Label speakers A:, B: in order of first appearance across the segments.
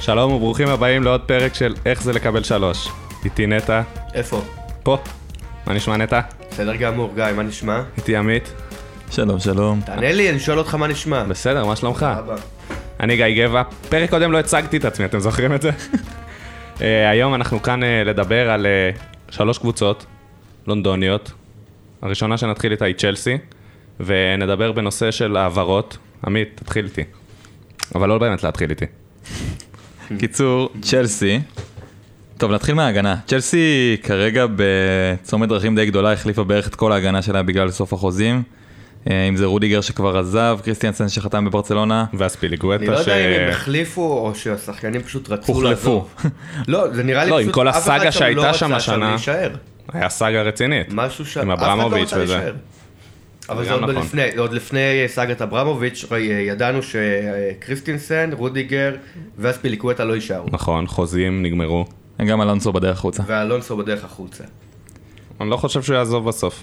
A: שלום וברוכים הבאים לעוד פרק של איך זה לקבל שלוש. איתי נטע,
B: איפה?
A: פה. מה נשמע נטע?
B: בסדר גמור, גיא, מה נשמע?
A: איתי עמית.
C: שלום, שלום.
B: תענה לי, אני שואל אותך מה נשמע.
A: בסדר, מה שלומך?
B: אבא.
A: אני גיא גבע. פרק קודם לא הצגתי את עצמי, אתם זוכרים את זה? אה, היום אנחנו כאן אה, לדבר על אה, שלוש קבוצות לונדוניות. הראשונה שנתחיל איתה היא צ'לסי, ונדבר בנושא של העברות. עמית, תתחיל איתי. אבל לא באמת להתחיל איתי.
C: קיצור, צ'לסי. טוב, נתחיל מההגנה. צ'לסי כרגע בצומת דרכים די גדולה, החליפה בערך את כל ההגנה שלה בגלל סוף החוזים. אה, אם זה רודיגר שכבר עזב, קריסטיאנסן שחתם בברצלונה.
A: ואז
B: אני לא
A: פיליגואטה, ש...
B: יודע אם הם החליפו או שהשחקנים פשוט רצו
C: הוחלפו.
B: לעזוב. לא, זה נראה לי
A: לא, עם
B: פשוט
A: כל
B: אף אחד
A: הסאגה
B: שם
A: שהייתה
B: לא
A: שם
B: רצה
A: השנה.
B: להישאר.
A: היה סאגה רצינית.
B: משהו ש...
A: עם
B: אף אחד לא
A: אברמוביץ'
B: רצה
A: וזה.
B: להישאר. אבל
A: גם
B: זה עוד
A: נכון.
B: לפני, עוד לפני סאגת אברמוביץ', ראי- ידענו שקריסטינסן, רודיגר ואספיליקווטה לא יישארו.
A: נכון, חוזים נגמרו.
C: גם אלונסו בדרך החוצה.
B: ואלונסו בדרך החוצה.
A: אני לא חושב שהוא יעזוב בסוף.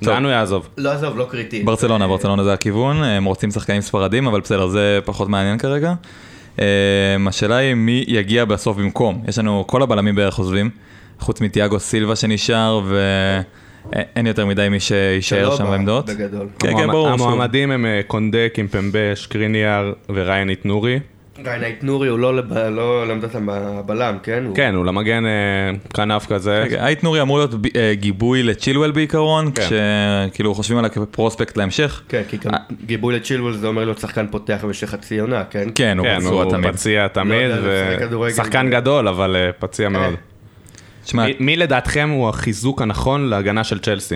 C: טוב.
A: לאן הוא יעזוב?
B: לא, עזוב, לא קריטי.
C: ברצלונה, ברצלונה זה הכיוון, הם רוצים שחקנים ספרדים, אבל בסדר, זה פחות מעניין כרגע. אמ, השאלה היא מי יגיע בסוף במקום. יש לנו, כל הבלמים בערך עוזבים, חוץ מתיאגו סילבה שנשאר, ואין יותר מדי מי שיישאר
B: שלא
C: שם
B: בא,
C: בעמדות.
B: לא בגדול.
C: כן, כן,
A: המועמד-
C: ברור. שהוא-
A: המועמדים הם אה, קונדה, קימפמבה, שקריניאר וריינית נורי.
B: ריינאית נורי הוא לא לב- לא לעמדת הבלם, כן? הוא-
A: כן, הוא למגן אה, כנף
B: כן,
A: כזה.
C: רגע, אייט נורי אמור להיות ב- אה, גיבוי לצ'ילואל בעיקרון,
A: כן.
C: כשכאילו חושבים עליו כפרוספקט להמשך.
B: כן, כי גם
A: אה.
B: גיבוי לצ'ילוול זה אומר להיות שחקן פותח במשך חצי עונה, כן?
C: כן, הוא
A: כן,
C: פצוע
A: הוא
C: תמיד.
A: פציע תמיד,
B: לא יודע,
A: ו-
B: משחק כדורגל. כן.
A: שחקן גדול, אבל אה, פציע מאוד.
C: תשמע,
A: מי- מי לדעתכם הוא החיזוק הנכון להגנה של צ'לסי?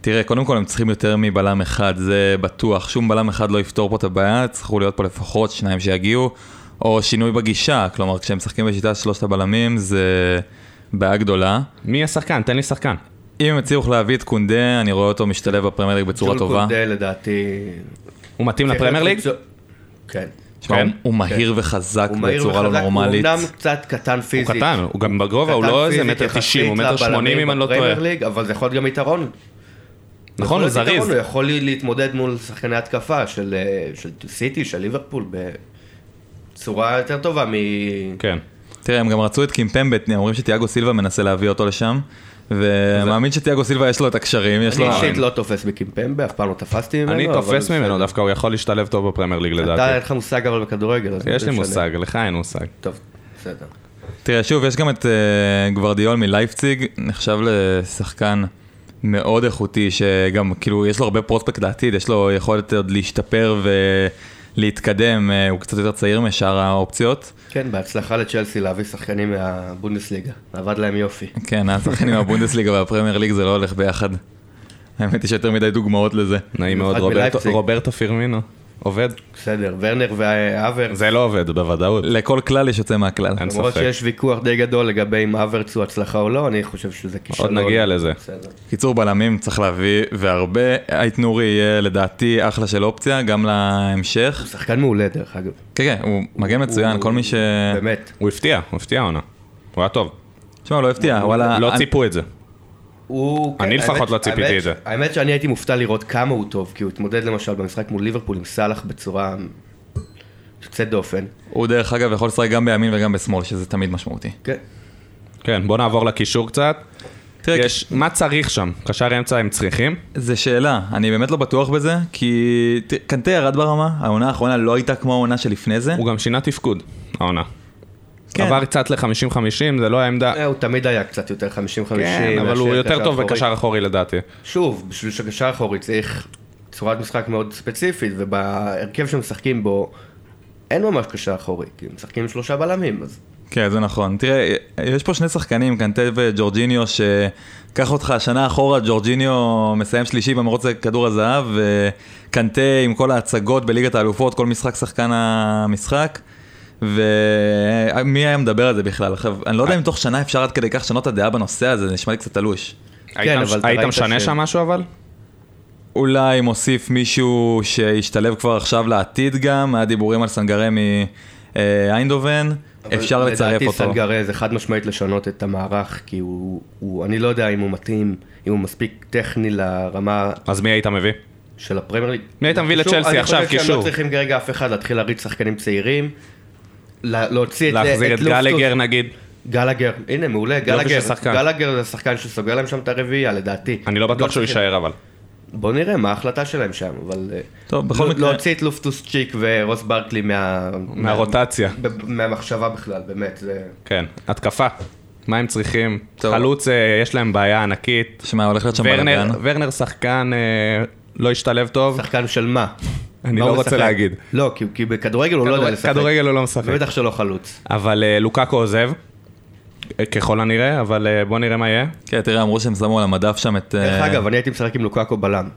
C: תראה, קודם כל הם צריכים יותר מבלם אחד, זה בטוח. שום בלם אחד לא יפתור פה את הבעיה, צריכו להיות פה לפחות שניים שיגיעו, או שינוי בגישה, כלומר, כשהם משחקים בשיטת שלושת הבלמים, זה בעיה גדולה.
A: מי השחקן? תן לי שחקן.
C: אם הם יצליחו להביא את קונדה, אני רואה אותו משתלב בפרמייר ליג בצורה
B: ג'ול
C: טובה.
B: קונדה לדעתי...
A: הוא מתאים לפרמייר ליג?
B: כן.
C: תשמע,
A: כן?
C: הוא- הוא מהיר וחזק
B: הוא מהיר
C: בצורה לא
B: וחזק, הוא
C: נורמלית.
B: אומנם קצת קטן
A: הוא
B: פיזית.
A: קטן, הוא גם בגובה, הוא
B: קטן
A: לא איזה
B: פיזית
A: מטר
B: יחסית
A: תשעים, הוא מטר
B: לבלמים
A: שמונים אם אני לא טועה.
B: בפרמייר ליג, אבל זה יכול להיות גם יתרון.
A: נכון, הוא
B: יכול להיות יתרון,
A: זריז.
B: הוא יכול להתמודד מול שחקני התקפה של אה, של סיטי, של ליברפול, בצורה יותר טובה מ...
A: כן.
C: תראה, הם גם רצו את קימפמבט, הם אומרים שתיאגו סילבה מנסה להביא אותו לשם, ומאמין שתיאגו סילבה יש לו את הקשרים, יש
B: אני
C: לו...
B: אישית לא תופס בקימפמבה, אף פעם לא תפסתי ממנו.
A: אני
B: אבל
A: תופס
B: בסדר.
A: ממנו דווקא, הוא יכול להשתלב טוב בפרמייר ליג
B: אתה,
A: לדעתי.
B: אין לך מושג אבל בכדורגל. אז
A: יש
B: זה
A: לי
B: משנה.
A: מושג, לך אין מושג.
B: טוב, בסדר.
C: תראה, שוב, יש גם את אה, גוורדיול מלייפציג, נחשב לשחקן מאוד איכותי, שגם, כאילו, יש לו הרבה פרוספקט לעתיד, יש לו יכולת עוד להשתפר ולהתקדם, אה, הוא קצת יותר צעיר משאר האופציות.
B: כן, בהצלחה לצ'לסי להביא שחקנים מהבונדסליגה. עבד להם יופי.
C: כן, השחקנים מהבונדסליגה והפרמייר ליג זה לא הולך ביחד. האמת היא שיותר מדי דוגמאות לזה.
A: נעים מאוד,
B: במיוחד
A: רוברטו-
B: בלייפציג.
A: רוברטו פירמינו. עובד?
B: בסדר, ורנר והאברץ,
A: זה לא עובד, בוודאות.
C: לכל כלל יש יוצא מהכלל.
A: אין
B: למרות
A: ספק.
B: שיש ויכוח די גדול לגבי אם אברץ הוא הצלחה או לא, אני חושב שזה
A: עוד
B: כישלון.
A: נגיע לזה.
B: בסדר.
C: קיצור בלמים צריך להביא, והרבה, אייט נורי יהיה לדעתי אחלה של אופציה, גם להמשך.
B: הוא שחקן מעולה דרך אגב.
C: כן, כן, הוא מגן מצוין,
B: הוא-
C: כל מי ש...
A: אה.
B: באמת.
A: הוא הפתיע, הוא הפתיע העונה. הוא היה טוב.
C: תשמע, הוא לא הפתיע, וואלה.
A: לא
C: אני-
A: ציפו את זה.
B: הוא...
A: אני
B: כן,
A: לפחות
B: האמת-
A: לא ציפיתי
B: האמת-
A: את זה.
B: האמת שאני הייתי מופתע לראות כמה הוא טוב, כי הוא התמודד למשל במשחק מול ליברפול עם סאלח בצורה יוצאת דופן.
C: הוא דרך אגב יכול לשחק גם בימין וגם בשמאל, שזה תמיד משמעותי.
B: כן.
A: כן, בוא נעבור לקישור קצת.
C: תראה,
A: יש, מה צריך שם? קשר אמצע הם צריכים?
C: זה שאלה, אני באמת לא בטוח בזה, כי ת- קנטה ירד ברמה, העונה האחרונה לא הייתה כמו העונה שלפני זה.
A: הוא גם שינה תפקוד, העונה.
C: כן.
A: עבר קצת ל-50-50, זה לא העמדה.
B: אה, הוא תמיד היה קצת יותר 50-50.
A: כן, אבל הוא
B: מאשר
A: יותר
B: קשר
A: טוב
B: אחורי.
A: בקשר אחורי לדעתי.
B: שוב, בשביל שקשר אחורי צריך צורת משחק מאוד ספציפית, ובהרכב שמשחקים בו אין ממש קשר אחורי, כי הם משחקים עם שלושה בלמים, אז
C: כן, זה נכון. תראה, יש פה שני שחקנים, קנטה וג'ורג'יניו, שקח אותך שנה אחורה, ג'ורג'יניו מסיים שלישי במרוץ כדור הזהב, וקנטה עם כל ההצגות בליגת האלופות, כל משחק שחקן המשחק. ומי היה מדבר על זה בכלל? עכשיו, אני לא יודע אם תוך שנה אפשר עד כדי כך לשנות את הדעה בנושא הזה, זה נשמע לי קצת תלוש.
A: היית
B: אבל אתה
A: היית
B: ראית
A: משנה
B: ש-
A: שם משהו אבל?
C: אולי מוסיף מישהו שישתלב כבר עכשיו לעתיד גם, היה דיבורים על סנגרי מאיינדובן,
B: אבל
C: אפשר לצרף
B: לדעתי
C: אותו.
B: סנגרי זה חד משמעית לשנות את המערך, כי הוא, הוא, אני לא יודע אם הוא מתאים, אם הוא מספיק טכני לרמה
A: אז מי היית מביא?
B: של הפרמייר ליג.
A: מי היית מביא
B: קישור,
A: לצ'לסי עכשיו,
B: אני חושב שהם
A: קישור?
B: לא צריכים כרגע אף אחד להתחיל להריץ שחקנים צעירים. לה- להוציא את
A: להחזיר את
B: לופטוס.
A: גלגר נגיד.
B: גלגר, הנה מעולה, גלגר,
A: של שחקן.
B: גלגר זה שחקן שסוגר להם שם את הרביעייה לדעתי.
A: אני לא בטוח שהוא
B: שחקן.
A: יישאר אבל.
B: בוא נראה מה ההחלטה שלהם שם, אבל... אה,
C: טוב, בכל
B: לא-
C: מקרה-
B: להוציא את לופטוס צ'יק ורוס ברקלי מה...
A: מהרוטציה.
B: ב- מהמחשבה בכלל, באמת, זה...
A: כן. התקפה. מה הם צריכים?
C: טוב.
A: חלוץ, אה, יש להם בעיה ענקית.
C: שמע, הולך להיות שם
A: ורנר-
C: בלאגן.
A: ורנר שחקן אה, לא השתלב טוב.
B: שחקן של מה?
A: אני
B: מה
A: לא
B: הוא
A: רוצה
B: משחק?
A: להגיד.
B: לא, כי- כי בכדורגל הוא לא יודע
A: כדורגל-
B: לשחק.
A: כדורגל הוא לא משחק.
B: בטח שלא חלוץ.
A: אבל אה, לוקאקו עוזב. אה, ככל הנראה, אבל אה, בוא נראה מה יהיה.
C: כן, תראה, אמרו שהם שמו על המדף שם את...
B: דרך
C: אה,
B: אגב, אני הייתי משחק עם לוקאקו בלם.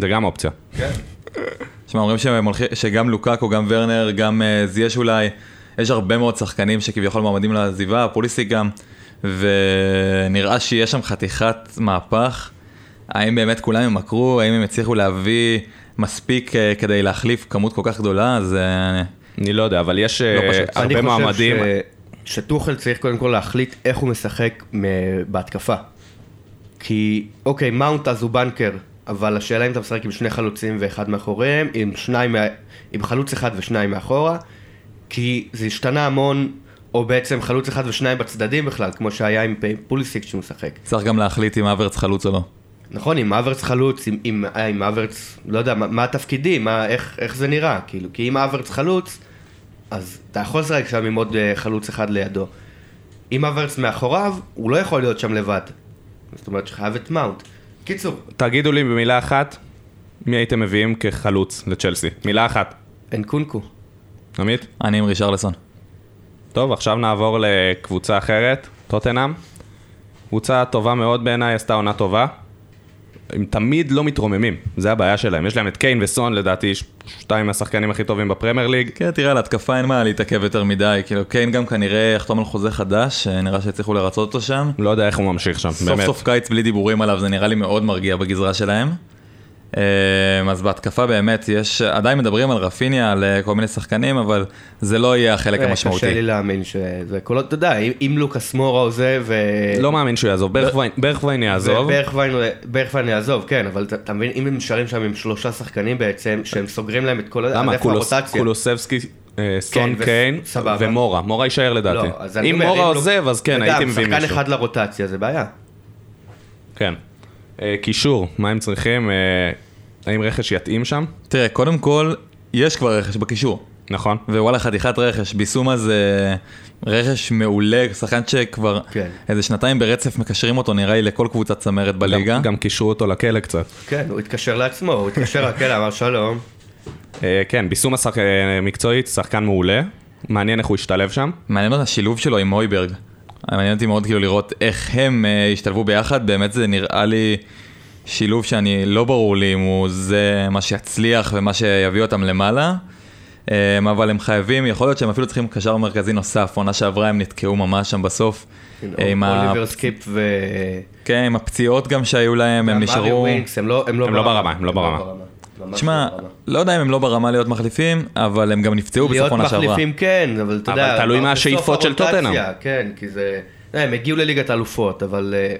A: זה גם אופציה.
C: שמע, אומרים שהם הולכים- שגם לוקאקו, גם ורנר, גם אה, זייש אולי, יש הרבה מאוד שחקנים שכביכול מועמדים לעזיבה, פוליסיק גם, ונראה שיש שם חתיכת מהפך. האם באמת כולם ימכרו, האם הם יצליחו להביא מספיק אה, כדי להחליף כמות כל כך גדולה, אז... אה,
A: אני לא יודע, אבל יש אה,
C: לא פשוט.
A: הרבה
B: אני חושב
A: מועמדים.
B: ש- שטוחל צריך קודם כל להחליט איך הוא משחק מ- בהתקפה. כי, אוקיי, מאונט אז הוא בנקר, אבל השאלה אם אתה משחק עם שני חלוצים ואחד מאחוריהם, עם, שניים, מה- עם חלוץ אחד ושניים מאחורה, כי זה השתנה המון, או בעצם חלוץ אחד ושניים בצדדים בכלל, כמו שהיה עם פ- פוליסיק שהוא משחק.
C: צריך גם להחליט אם אברץ חלוץ או לא.
B: נכון, עם אברץ חלוץ, עם, עם, אה, עם אברץ, לא יודע, מה, מה התפקידים, מה, איך, איך זה נראה, כאילו, כי אם אברץ חלוץ, אז אתה יכול לשחק שם עם עוד אה, חלוץ אחד לידו. אם אברץ מאחוריו, הוא לא יכול להיות שם לבד. זאת אומרת שחייב את מאונט. קיצור,
A: תגידו לי במילה אחת, מי הייתם מביאים כחלוץ לצ'לסי? מילה אחת.
B: אין קונקו.
A: עמית?
C: אני עם רישרלסון.
A: טוב, עכשיו נעבור לקבוצה אחרת, טוטנאם. קבוצה טובה מאוד בעיניי, עשתה עונה טובה. הם תמיד לא מתרוממים, זה הבעיה שלהם. יש להם את קיין וסון, לדעתי, ש- שתיים מהשחקנים הכי טובים בפרמייר ליג.
C: כן, תראה, להתקפה אין מה להתעכב יותר מדי, כאילו קיין גם כנראה יחתום על חוזה חדש, אה, נראה שהצליחו לרצות אותו שם.
A: לא יודע איך הוא ממשיך שם,
C: סוף
A: באמת.
C: סוף קיץ בלי דיבורים עליו, זה נראה לי מאוד מרגיע בגזרה שלהם. אמ, אז בהתקפה באמת יש, עדיין מדברים על רפיניה, על אה, כל מיני שחקנים, אבל זה לא יהיה החלק
B: אה, קשה לי
C: המשמעותי.
B: להאמין שזה כל עוד, אתה יודע, אם, אם לוקאס מורה עוזב ו...
A: לא מאמין שהוא יעזוב, ברכווין- ברכווין יעזוב.
B: ברכווין יעזוב, כן, אבל אתה- אתה מבין, אם הם נשארים שם עם שלושה שחקנים בעצם, שהם סוגרים להם את כל... אז
A: למה?
B: איפה
A: קולוס-
B: הרוטציה? כן,
A: קולוסבסקי, אה, סון
B: ו-
A: קיין
B: סבבה.
A: ומורה. מורה יישאר לדעתי.
B: לא, אז אני
A: אם
B: אומר,
A: מורה
B: לא-
A: עוזב, אז כן,
B: אתה יודע,
A: הייתי מביא
B: שחקן
A: מישהו.
B: אחד לרוטציה, זה בעיה.
A: כן. אה, קישור, מה הם צריכים? אה, האם רכש יתאים שם?
C: תראה, קודם כל, יש כבר רכש בקישור.
A: נכון.
C: ווואלה חתיכת רכש, ביסומה זה רכש מעולה, שחקן שכבר
B: כן.
C: איזה שנתיים ברצף מקשרים אותו נראה לי לכל קבוצת צמרת בליגה.
A: גם- גם קישרו אותו לכלא קצת.
B: כן, הוא התקשר לעצמו, הוא התקשר רק אליו, אמר שלום.
A: אה, כן, ביסום השחק... אה, מקצועית, שחקן מעולה. מעניין איך הוא השתלב שם.
C: מעניין אותי השילוב שלו עם מויברג. מעניין אותי מאוד כאילו לראות איך הם אה, השתלבו ביחד, באמת זה נראה לי שילוב שאני, לא ברור לי אם הוא זה מה שיצליח ומה שיביא אותם למעלה. אה, אבל הם חייבים, יכול להיות שהם אפילו צריכים קשר מרכזי נוסף, עונה שעברה הם נתקעו ממש שם בסוף. אה, עם, ה...
B: אוליבר סקיפ ו...
C: כן, עם הפציעות גם שהיו להם, הם
B: ומריו
C: נשארו...
B: ווינקס, הם לא הם
A: הם לא ברמה, הם לא ברמה.
B: ממש
C: תשמע,
B: לא ברמה.
C: לא יודע אם הם לא ברמה להיות מחליפים, אבל הם גם נפצעו בסוף
B: להיות
C: עונה שעברה.
B: מחליפים כן, אבל אתה
A: אבל
B: יודע,
A: תלוי מה
B: בסוף
A: השאיפות של
B: הרוטציה,
A: טוטנהאם.
B: כן, כי זה... אה, הם הגיעו לליגת אלופות, אבל... אה,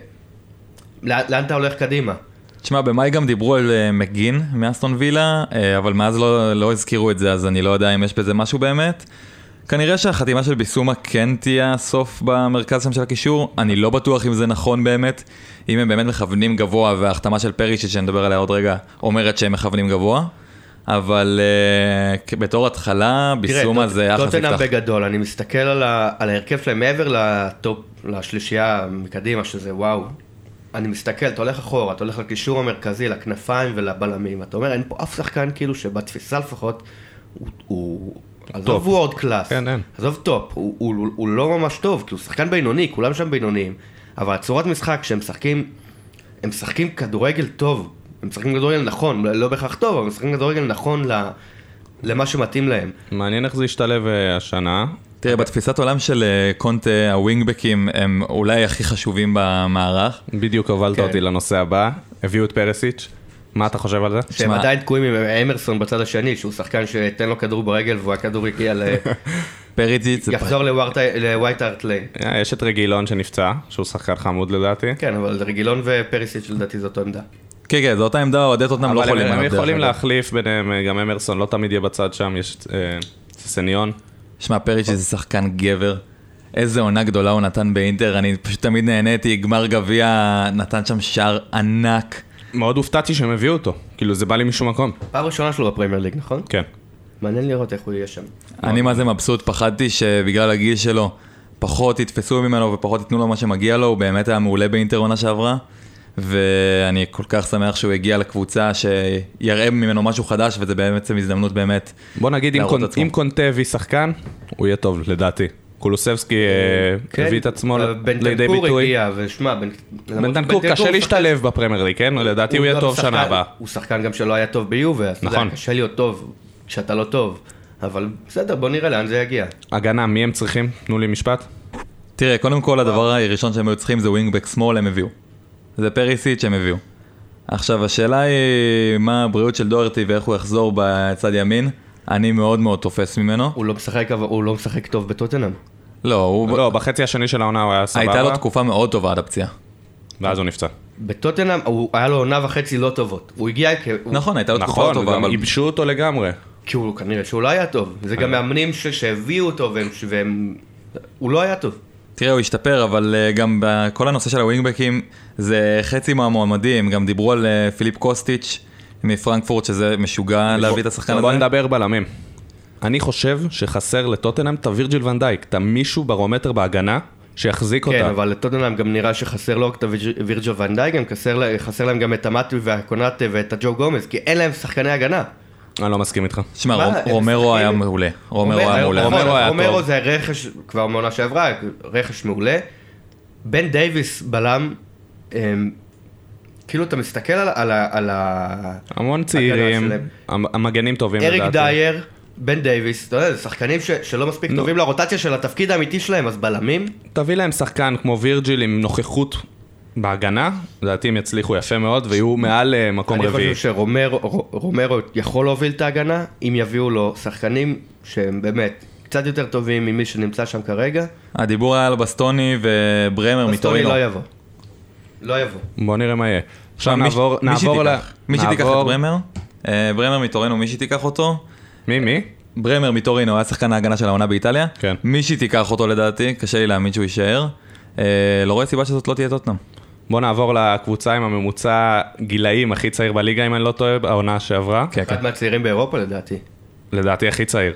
B: לאן לאן אתה הולך קדימה?
C: תשמע, במאי גם דיברו על אה, מגין מאסטון וילה, אה, אבל מאז לא, לא הזכירו את זה, אז אני לא יודע אם יש בזה משהו באמת. כנראה שהחתימה של ביסומה כן תהיה הסוף במרכז שם של הקישור, אני לא בטוח אם זה נכון באמת, אם הם באמת מכוונים גבוה, וההחתמה של פרישיץ' שנדבר עליה עוד רגע, אומרת שהם מכוונים גבוה, אבל אה, כ- בתור התחלה, ביסומה זה אחלה
B: טוטנאם
C: תפתח.
B: בגדול, אני מסתכל על, ה, על ההרכב שלהם מעבר לטופ, לשלישייה מקדימה, שזה וואו. אני מסתכל, אתה הולך אחורה, אתה הולך לקישור המרכזי, לכנפיים ולבלמים, אתה אומר, אין פה אף שחקן כאילו שבתפיסה לפחות, הוא... הוא עזוב וורד קלאס,
A: כן, אין.
B: עזוב טופ, הוא, הוא, הוא, הוא לא ממש טוב, כי הוא שחקן בינוני, כולם שם בינוניים, אבל הצורת משחק שהם משחקים, הם משחקים כדורגל טוב, הם משחקים כדורגל נכון, לא בהכרח טוב, אבל הם משחקים כדורגל נכון ל, למה שמתאים להם.
A: מעניין איך זה ישתלב אה, השנה.
C: תראה, בתפיסת עולם של אה, קונטה, הווינגבקים הם אולי הכי חשובים במערך.
A: בדיוק הובלת
B: כן.
A: אותי לנושא הבא. הביאו את פרסיץ'. מה אתה חושב על זה?
B: שהם
C: שמע-
B: עדיין תקועים עם אמרסון בצד השני, שהוא שחקן שתן לו כדור ברגל והכדור יגיע ל...
C: פריטיץ, זה
B: יחזור לווארט- לווייט הארט ליין.
A: אה, יש את רגילון שנפצע, שהוא שחקן חמוד לדעתי.
B: כן, אבל רגילון ופריסיץ' לדעתי זו אותו עמדה.
C: כן, כן, זו אותה עמדה, אוהדי טוטנאם לא
A: אבל
C: יכולים.
A: הם- הם
C: עליו, דרך
A: יכולים
C: אגב.
A: להחליף ביניהם, אה, גם אמרסון לא תמיד יהיה בצד שם, יש אה, סניון.
C: שמע, פריץ' זה שחקן גבר. איזה עונה גדולה הוא נתן באינטר, אני פשוט תמיד נהניתי, גמר גביע נתן שם שער ענק.
A: מאוד הופתעתי שהם הביאו אותו, כאילו זה בא לי משום מקום.
B: פעם ראשונה שלו בפרמייר ליג, נכון?
A: כן.
B: מעניין לראות איך הוא יהיה שם.
A: לא.
C: אני מה זה מבסוט, פחדתי שבגלל הגיל שלו פחות יתפסו ממנו ופחות ייתנו לו מה שמגיע לו, הוא באמת היה מעולה באינטר עונה שעברה, ואני כל כך שמח שהוא הגיע לקבוצה שיראה ממנו משהו חדש, וזה בעצם הזדמנות באמת.
A: בוא נגיד, אם
C: להראות
A: קונ-
C: עצמו.
A: אם קונטה הביא שחקן, הוא יהיה טוב, לדעתי. קולוסבסקי אה,
B: כן,
A: הביא את עצמו
B: אבל
A: לידי
B: בנטנקור
A: ביטוי.
B: הגיע, ושמע, בנ- למרות
A: בנטנקור
B: שבנטנקור
A: קשה
B: הוא
A: להשתלב בפרמייר ליג, כן? לדעתי הוא יהיה
B: גם
A: טוב
B: שחקן-
A: שנה הבאה.
B: הוא שחקן גם שלא היה טוב ביובה, אז אתה יודע,
A: נכון.
B: קשה להיות טוב כשאתה לא טוב. אבל בסדר, בוא נראה לאן זה יגיע.
A: הגנה, מי הם צריכים? תנו לי משפט.
C: תראה, קודם כל הדבר הראשון שהם היו צריכים זה ווינגבק שמאל, הם הביאו. זה פריסיט שהם הביאו. עכשיו, השאלה היא מה הבריאות של דוארטי ואיך הוא יחזור בצד ימין. אני מאוד מאוד תופס ממנו.
B: הוא לא משחק, אבל הוא לא משחק טוב בטוטנאם.
C: לא, הוא... אה,
A: לא, בחצי השני של העונה הוא היה
C: הייתה לו
A: סבבה,
C: תקופה מאוד טובה עד הפציעה.
A: ואז הוא נפצע.
B: בטוטנאם הוא- היה לו עונה וחצי לא טובות. הוא הגיע כ... הוא-
C: נכון, הייתה לו תקופה
A: נכון,
C: טובה,
A: גם
C: אבל...
A: ייבשו אותו לגמרי.
B: כי הוא כנראה שהוא לא היה טוב. זה
C: אה.
B: גם מאמנים ש- שהביאו אותו והם- והם... הוא לא היה טוב.
C: תראה, הוא השתפר, אבל אה, גם כל הנושא של הווינגבקים זה חצי מהמועמדים. גם דיברו על אה, פיליפ קוסטיץ' מפרנקפורט, שזה משוגע להביא את השחקן
A: בוא
C: הזה.
A: נדבר בלמים. אני חושב שחסר לטוטנאם את הווירג'יל ונדייק, את המישהו ברומטר בהגנה שיחזיק
B: כן,
A: אותה.
B: אבל לטוטנאם גם נראה שחסר לא רק את הווירג'- וירג'ו ונדייק, גם חסר לה- חסר להם גם את המטווי והקונאטה ואת הג'ו גומז, כי אין להם שחקני הגנה.
A: אני לא מסכים איתך.
C: שמע,
B: מה,
C: רומ-
B: הם
C: רומרו היה
B: משחקים-
C: מעולה. רומרו היה מעולה.
B: נכון,
A: רומרו היה
B: רומרו
A: טוב.
B: זה רכש, כבר מעונה שעברה, רכש מעולה. בן דייוויס בלם, אמ, כאילו אתה מסתכל על, ה- על, ה- על ה...
A: המון צעירים,
B: שלהם.
A: המ- המגנים טובים כן, לדעתי.
B: אריק דייר, בן דייוויס, אתה יודע, זה שחקנים ש, שלא מספיק
A: נו.
B: טובים לרוטציה של התפקיד האמיתי שלהם, אז בלמים,
A: תביא להם שחקן כמו וירג'יל עם נוכחות בהגנה, לדעתי הם יצליחו יפה מאוד ויהיו מעל אה, מקום
B: אני
A: רביעי.
B: חושב שרומרו רו- רומרו יכול להוביל את ההגנה, אם יביאו לו שחקנים שהם באמת קצת יותר טובים ממי שנמצא שם כרגע,
A: לא,
C: הדיבור היה על בסטוני וברמר
B: בסטוני
C: מטורינו.
B: לא יבוא. לא יבוא.
A: בוא נראה מה יהיה. עכשיו
C: מי-
A: נעבור,
C: מי
A: נעבור ל...
C: שתיקח. מי שתיקח
A: נעבור-
C: את ברמר? אה, ברמר מטורינו, מי שתיקח אותו?
A: מי, מי?
C: ברמר מטורינו היה שחקן ההגנה של העונה באיטליה.
A: כן.
C: מי שתיקח אותו לדעתי, קשה לי להאמין שהוא יישאר. אה, לא רואה סיבה שזאת לא תהיה טוטנאם.
A: בוא נעבור לקבוצה עם הממוצע גילאים הכי צעיר בליגה, אם אני לא טועה, העונה שעברה.
C: כן, כן.
B: אחד מהצעירים באירופה לדעתי.
A: לדעתי הכי צעיר.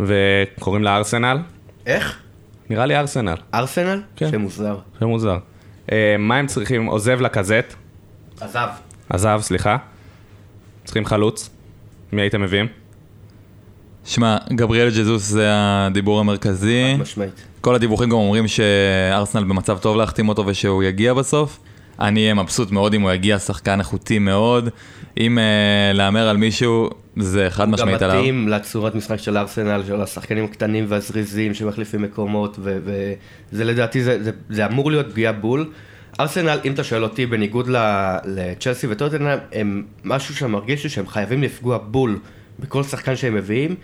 A: וקוראים לה ארסנל?
B: איך?
A: נראה לי ארסנל,
B: ארסנל?
A: כן.
B: שמוזר.
A: זה מוזר. אה, מה הם צריכים? עוזב לקזט,
B: עזב.
A: עזב, סליחה. צריכים חלוץ. מי הייתם מביאים?
C: שמע, גבריאל ג'זוס זה הדיבור המרכזי.
B: משמעית.
C: כל הדיווחים גם אומרים שארסנל במצב טוב להחתים אותו ושהוא יגיע בסוף. אני אהיה מבסוט מאוד אם הוא יגיע, שחקן איכותי מאוד. אם אה, להמר על מישהו, זה חד
B: גם
C: משמעית עליו.
B: מתאים לצורת משחק של ארסנל, של השחקנים הקטנים והזריזים שמחליפים מקומות, וזה לדעתי, זה, זה, זה אמור להיות פגיעה בול. ארסנל, אם אתה שואל אותי, בניגוד ל- לצ'לסי וטוטנאם, הם משהו שמרגיש לי שהם חייבים לפגוע בול בכל שחקן שהם מביאים,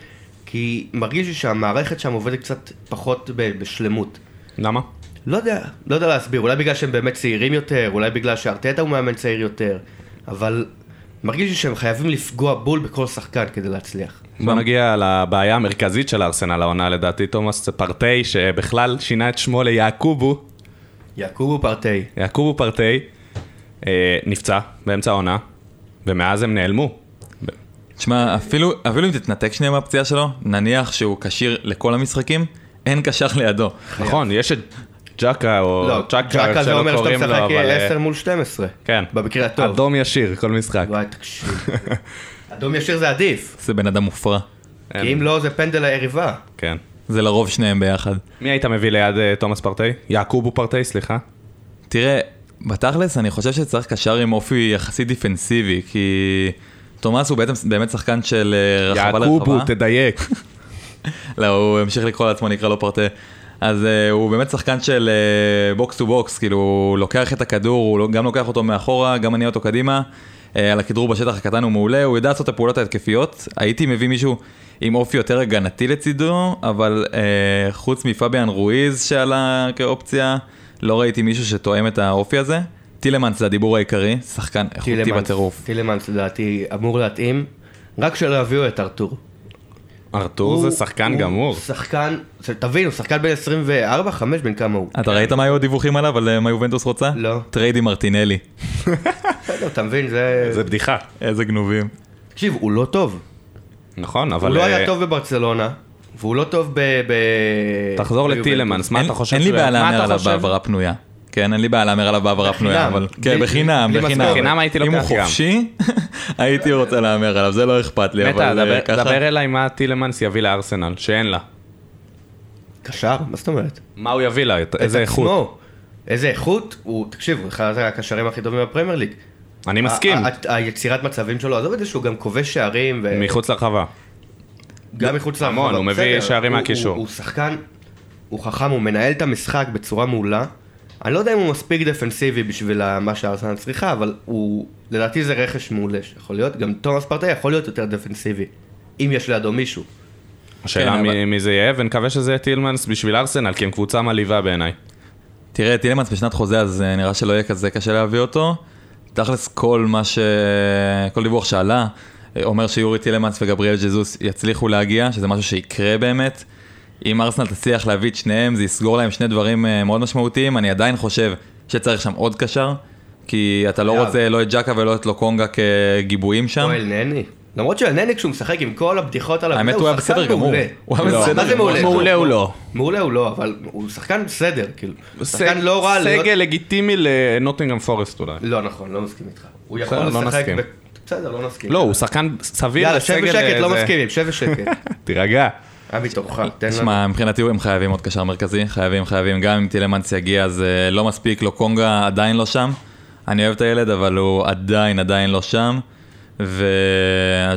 B: כי מרגיש לי שהמערכת שם עובדת קצת פחות ב- בשלמות.
A: למה?
B: לא יודע, לא יודע להסביר, אולי בגלל שהם באמת צעירים יותר, אולי בגלל שארטטה הוא מאמן צעיר יותר, אבל מרגיש לי שהם חייבים לפגוע בול בכל שחקן כדי להצליח.
A: בוא נגיע לבעיה המרכזית של ארסנל העונה, לדעתי תומאס זה פרטי, שבכלל שינה את שמו ליעקובו,
B: יעקובו פרטי,
A: יעקובו פרטי, אה, נפצע באמצע העונה, ומאז הם נעלמו.
C: תשמע, אפילו, אפילו אם תתנתק שנייה מהפציעה שלו, נניח שהוא כשיר לכל המשחקים, אין קשר לידו.
A: נכון, יש את ג'קה או
B: לא,
A: צ'קה,
B: ג'קה זה
A: שלא
B: אומר שאתה
A: קוראים לו,
B: משחק
A: אבל... אה,
B: 10 מול 12.
A: כן.
B: במקרה הטוב.
A: אדום ישיר, כל משחק.
B: וואי, תקשיב. אדום ישיר זה עדיף,
C: זה בן אדם מופרע.
B: כי אם לא זה פנדל ליריבה.
A: כן.
C: זה לרוב שניהם ביחד.
A: מי היית מביא ליד אה, תומאס פרטי? יעקובו פרטי, סליחה.
C: תראה, בתכלס אני חושב שצריך קשר עם אופי יחסית דיפנסיבי, כי תומאס הוא בעצם באמת שחקן של אה, רחבה לרחבה.
A: יעקובו, תדייק.
C: לא, הוא המשיך לקרוא לעצמו, נקרא לו פרטה. אז uh, הוא באמת שחקן של בוקס טו בוקס, כאילו הוא לוקח את הכדור, הוא לא- גם לוקח אותו מאחורה, גם מניע אותו קדימה. Uh, על הכדרור בשטח הקטן הוא מעולה, הוא יודע לעשות את הפעולות ההתקפיות. הייתי מביא מישהו עם אופי יותר הגנתי לצידו, אבל uh, חוץ מפאביאן רואיז שעלה כאופציה, לא ראיתי מישהו שתואם את האופי הזה. טילמנס זה הדיבור העיקרי, שחקן איכותי
B: טילמנס,
C: בטירוף.
B: טילמנס לדעתי אמור להתאים, רק שלא יביאו את ארתור.
A: ארתור זה שחקן
B: הוא
A: גמור.
B: שחקן, תבין, הוא שחקן בן 24, 5, בן כמה הוא.
C: אתה ראית מה היו הדיווחים עליו, על אה, מה יובנטוס רוצה?
B: לא.
C: טרייד עם מרטינלי.
B: בסדר, אתה מבין, זה...
A: זה בדיחה.
C: איזה גנובים.
B: תקשיב, הוא לא טוב.
A: נכון, אבל...
B: הוא לא
A: אה,
B: היה טוב בברצלונה, והוא לא טוב ב... ב-
A: תחזור
B: ביובנטוס.
A: לטילמנס, מה
C: אין-
A: אתה חושב?
C: אין לי
A: שהוא-
C: בעיה
A: מה אתה
C: להמר עליו
A: חושב?
C: בהעברה פנויה. כן, אין לי בעיה להמר עליו בהעברה פנויה, אבל... כן,
B: בלי-
C: בחינם,
B: בלי
C: בחינם.
B: משכורת.
A: בחינם הייתי
C: אם הוא
A: לוקח גם.
C: חופשי, הייתי רוצה להמר עליו, זה לא אכפת לי,
A: נטע,
C: אבל אה,
A: דבר-
C: ככה...
A: דבר אליי מה טילמנס יביא לארסנל, שאין לה.
B: קשר? מה זאת אומרת?
A: מה הוא יביא לה? איזה
B: את
A: איכות.
B: עצמו. איזה איכות? הוא, תקשיב, הוא אחד הקשרים הכי טובים בפרמייר ליג.
A: אני
B: אה,
A: מסכים,
B: ה- ה- ה- היצירת מצבים שלו, עזוב את זה שהוא גם כובש שערים,
A: מחוץ לרחבה.
B: וגם מחוץ לרחבה.
A: המון, הוא מביא
B: בסדר,
A: שערים
B: הוא-
A: מהקישור.
B: הוא- הוא שחקן, הוא חכם, הוא מנהל את המשחק בצורה מעולה. אני לא יודע אם הוא מספיק דפנסיבי בשביל ה- מה שהארסנל צריכה, אבל הוא, לדעתי זה רכש מעולה שיכול להיות. גם תומאס פרטי יכול להיות יותר דפנסיבי, אם יש לידו מישהו.
A: השאלה
C: כן,
A: מי-
C: אבל-
A: מי זה יהיה, ונקווה שזה יהיה טילמנס בשביל ארסנל, כי הם קבוצה מלאיבה בעיניי.
C: תראה, טילמנס בשנת חוזה, אז אה, נראה שלא יהיה כזה קשה להביא אותו. תכלס, כל מה ש... כל דיווח שעלה, אה, אומר שיורי טילמנס וגבריאל ג'זוס יצליחו להגיע, שזה משהו שיקרה באמת. אם ארסנל תצליח להביא את שניהם, זה יסגור להם שני דברים אה, מאוד משמעותיים. אני עדיין חושב שצריך שם עוד קשר, כי אתה לא
B: חייב.
C: רוצה לא את ג'קה ולא את לוקונגה כגיבויים שם.
B: או אל נני. למרות שאל נני כשהוא משחק עם כל הבדיחות עליו,
C: האמת,
B: זה,
C: הוא היה
B: שחקן
C: בסדר גמור.
B: מעולה.
C: הוא היה
B: לא,
C: בסדר
B: מה זה
C: גמור.
B: מעולה?
A: מעולה הוא לא.
B: מעולה הוא לא, אבל הוא שחקן בסדר, כאילו. שחקן לא רע להיות...
A: סגל לגיטימי לנוטינגאם פורסט אולי.
B: לא נכון, לא מסכים איתך. הוא יכול
A: בסדר, לא
B: לשחק...
A: נסכים.
B: ב- בסדר, לא נסכים.
A: לא, הוא שחקן סביר
B: יאללה, שב
A: לסגל... אה,
B: בשקט, לא
A: איזה-
B: מסכימים, שב בשקט.
A: תירגע.
B: אבי תורך, תן לנו.
C: תשמע, מבחינתי הם חייבים עוד קשר מרכזי, חייבים, חייבים, גם אם טילמנס יגיע אז אה, לא מספיק, לו קונגה עדיין לא שם, אני אוהב את הילד, אבל הוא עדיין עדיין לא שם,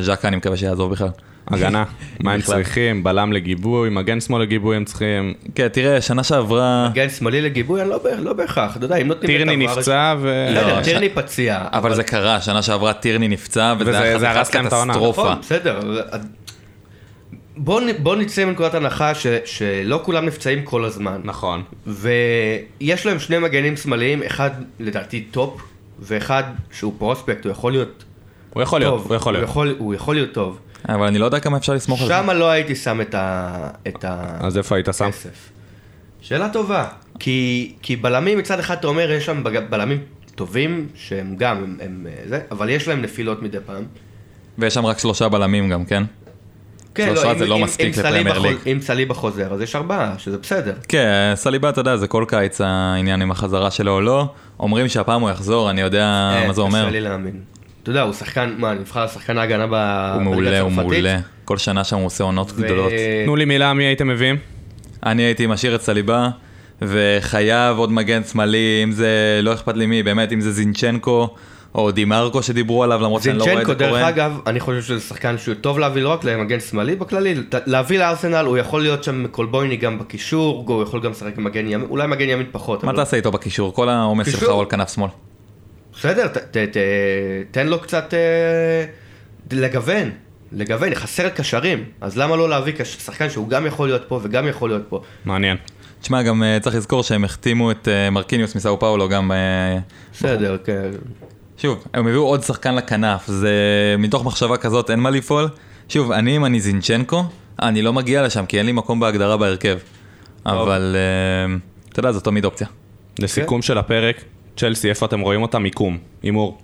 C: וז'קה אני מקווה שיעזוב בכלל.
A: הגנה, מה הם
C: בכלל.
A: צריכים, בלם לגיבוי, מגן שמאל לגיבוי הם צריכים.
C: כן, תראה, שנה שעברה,
B: גן שמאלי לגיבוי, אני לא ב- לא בהכרח, אתה יודע, אם נותנים...
A: טירני
B: את הוואר-
A: נפצע ו...
B: לא יודע,
C: ש-
B: טירני פציע.
C: אבל זה קרה, שנה שעברה טירני נפצע,
A: וזה-
C: וזה היה
A: זה הרס
C: חתיכת
A: להם את העונה.
C: קטסטרופה.
B: נכון, בסדר. אבל- בוא נ- בוא נצא מנקודת הנחה ש- שלא כולם נפצעים כל הזמן.
A: נכון.
B: ויש להם שני מגנים שמאליים, אחד לדעתי טופ, ואחד שהוא פרוספקט, הוא יכול להיות
A: הוא יכול להיות,
B: טוב.
A: הוא יכול להיות.
B: הוא יכול להיות טוב.
C: אבל אני לא יודע כמה אפשר לסמוך על זה.
B: שם לא הייתי שם את ה... את ה...
C: אה,
A: אז איפה היית שם?
B: כסף. שאלה טובה. כי, כי בלמים מצד אחד אתה אומר, יש שם בג- בלמים טובים, שהם גם, הם, הם אה, זה, אבל יש להם נפילות מדי פעם.
C: ויש שם רק שלושה בלמים גם, כן? שלושה
B: אם-
C: זה לא
B: אם-
C: מספיק
B: אם סליבה
C: לפרמייר
B: חוז-
C: ליג.
B: אם סליבה חוזר, אז יש ארבעה, שזה בסדר.
C: כן, סליבה, אתה יודע, זה כל קיץ העניין עם החזרה שלו או לא. אומרים שהפעם הוא יחזור, אני יודע
B: אה,
C: מה זה אומר.
B: קשה לי להאמין. אתה יודע, הוא שחקן, מה, נבחר שחקן ההגנה ב...
C: הוא מעולה, הוא מעולה. כל שנה שם הוא עושה עונות גדולות.
A: תנו לי מילה, מי הייתם מביאים?
C: אני הייתי משאיר את סליבה, וחייב עוד מגן שמאלי, אם זה, לא אכפת לי מי, באמת, אם זה זינצ'נקו, או דימרקו שדיברו עליו, למרות שאני לא רואה את
B: זינצ'נקו,
C: זה
B: דרך
C: קורה.
B: אגב, אני חושב שזה שחקן שהוא טוב להביא לא רק למגן שמאלי בכללי, ת- להביא לארסנל, הוא יכול להיות שם קולבויני גם בקישור, הוא יכול גם לשחק במגן ימין, אולי מגן ימין פחות.
C: מה
B: אבל-
C: תעשה איתו בקישור? כל העומס שלך
B: קישור.
C: הוא על כנף שמאל.
B: בסדר, ת, ת, ת, תן לו קצת אה, לגוון, לגוון, חסר קשרים, אז למה לא להביא קש, שחקן שהוא גם יכול להיות פה וגם יכול להיות פה?
A: מעניין.
B: כן.
C: תשמע, גם אה, צריך לזכור שהם החתימו את אה, מרקיניוס מסאו פאולו גם... אה,
B: בסדר, כן.
C: שוב, הם הביאו עוד שחקן לכנף, זה מתוך מחשבה כזאת, אין מה לפעול. שוב, אני, אם אני זינצ'נקו, אני לא מגיע לשם, כי אין לי מקום בהגדרה בהרכב. אבל, אה, אתה יודע, זו תמיד אופציה.
A: לסיכום של הפרק, צ'לסי, איפה אתם רואים אותה? מיקום, הימור.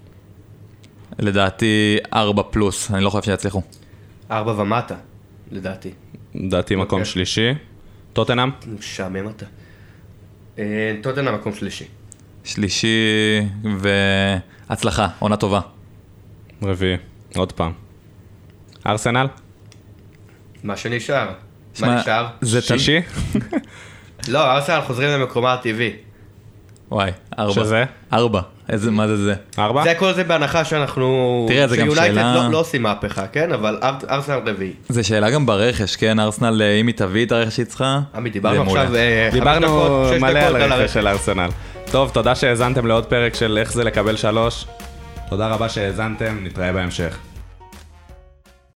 C: לדעתי 4 פלוס, אני לא חושב שיצליחו.
B: ארבע ומטה, לדעתי.
A: לדעתי מקום
B: אוקיי.
A: שלישי. טוטנאם?
B: משעמם אתה. אה, טוטנה מקום שלישי.
C: שלישי והצלחה, עונה טובה.
A: רביעי. עוד פעם. ארסנל?
B: מה שנשאר.
C: שמע,
B: מה נשאר?
C: זה תל-
A: שישי?
B: לא, ארסנל חוזרים למקומה הטבעי.
C: וואי, ארבע.
A: שזה?
C: ארבע. איזה, מה זה זה?
A: ארבע?
B: זה כל זה בהנחה שאנחנו...
C: תראה, זה גם
B: שיונייטד
C: שאלה-
B: לא, לא עושים מהפכה, כן? אבל אר- ארסנל רביעי.
C: זה שאלה גם ברכש, כן? ארסנל, אה, אם היא תביא את הרכש שהיא צריכה...
B: עמי,
C: זה
B: דיברנו
C: מעולה.
B: עכשיו אה, חמש
A: דיברנו
B: דקות, שש
A: מלא
B: דקות
A: על הרכש של ארסנל. טוב, תודה שהאזנתם לעוד פרק של איך זה לקבל שלוש. תודה רבה שהאזנתם, נתראה בהמשך.